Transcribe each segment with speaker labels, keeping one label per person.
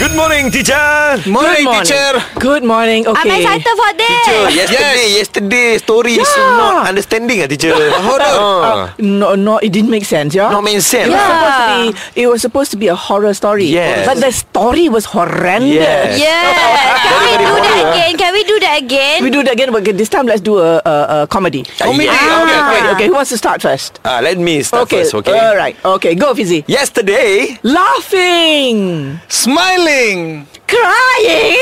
Speaker 1: Good morning, teacher.
Speaker 2: Morning, teacher.
Speaker 3: Good morning.
Speaker 4: I'm
Speaker 3: Okay.
Speaker 4: excited for this.
Speaker 1: Yesterday, yesterday story is not understanding ah teacher.
Speaker 2: Hold on.
Speaker 3: Uh,
Speaker 2: Uh,
Speaker 3: No, no, it didn't make sense. Yeah.
Speaker 1: Uh. Not main sense.
Speaker 3: It was
Speaker 4: Yeah.
Speaker 3: supposed to be. It was supposed to be a horror story.
Speaker 1: Yes.
Speaker 3: But the story was
Speaker 1: Yes.
Speaker 3: horrendous.
Speaker 4: Yeah. Can we do that again? Can we do that again?
Speaker 3: We do that again, but this time let's do a, a, a comedy.
Speaker 1: Comedy,
Speaker 3: Ah.
Speaker 1: Oh, okay, okay.
Speaker 3: okay. Who wants to start first?
Speaker 1: Ah, let me start
Speaker 3: okay.
Speaker 1: first, okay?
Speaker 3: All right. Okay. Go, Fizi.
Speaker 1: Yesterday,
Speaker 3: Laughing,
Speaker 2: Smiling
Speaker 3: crying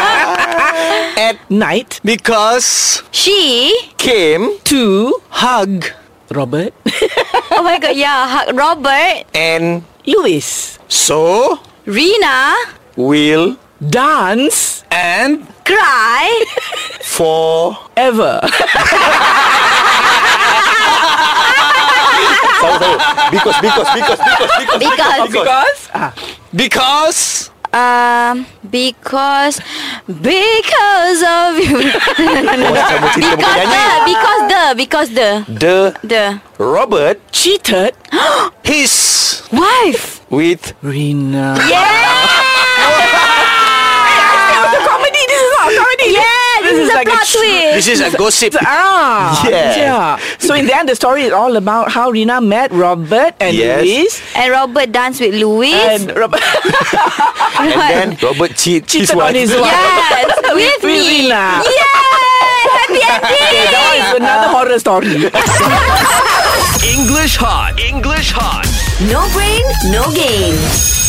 Speaker 3: at night
Speaker 2: because
Speaker 4: She.
Speaker 1: came,
Speaker 3: to
Speaker 2: hug
Speaker 3: Robert
Speaker 4: Oh my god. Yeah. hug Robert.
Speaker 1: and
Speaker 3: Lewis
Speaker 2: so
Speaker 4: Rina.
Speaker 1: will
Speaker 3: dance
Speaker 2: and
Speaker 4: Cry.
Speaker 1: for
Speaker 3: ever.
Speaker 1: Tahu, tahu. because because because because because
Speaker 4: Because.
Speaker 3: Because
Speaker 2: because
Speaker 4: Um. Because. Because of you. no, no, no, no.
Speaker 1: sama cerita bukan
Speaker 4: Because the.
Speaker 1: nyanyi.
Speaker 4: Because the. Because the.
Speaker 1: the
Speaker 4: The.
Speaker 1: Robert
Speaker 3: cheated
Speaker 2: his
Speaker 4: Wife.
Speaker 1: with
Speaker 3: Rina.
Speaker 4: Comedy. This is not comedy. Yeah. This,
Speaker 3: This
Speaker 4: is,
Speaker 3: is
Speaker 4: a
Speaker 3: like a
Speaker 4: plot
Speaker 3: ch-
Speaker 4: twist.
Speaker 2: this is a gossip
Speaker 3: Ah,
Speaker 1: Yes.
Speaker 3: yeah. So in the end, the story is all about how Rina met Robert and
Speaker 1: Yes.
Speaker 3: Louise.
Speaker 4: And Robert dance with Louis.
Speaker 3: And Robert
Speaker 1: and then Robert cheat
Speaker 3: cheated on his wife.
Speaker 4: Yes, with
Speaker 3: With
Speaker 4: me.
Speaker 3: Rina.
Speaker 4: Yes, happy ending.
Speaker 3: It's another horror story.
Speaker 5: English hot. English hot.
Speaker 4: No brain, no game.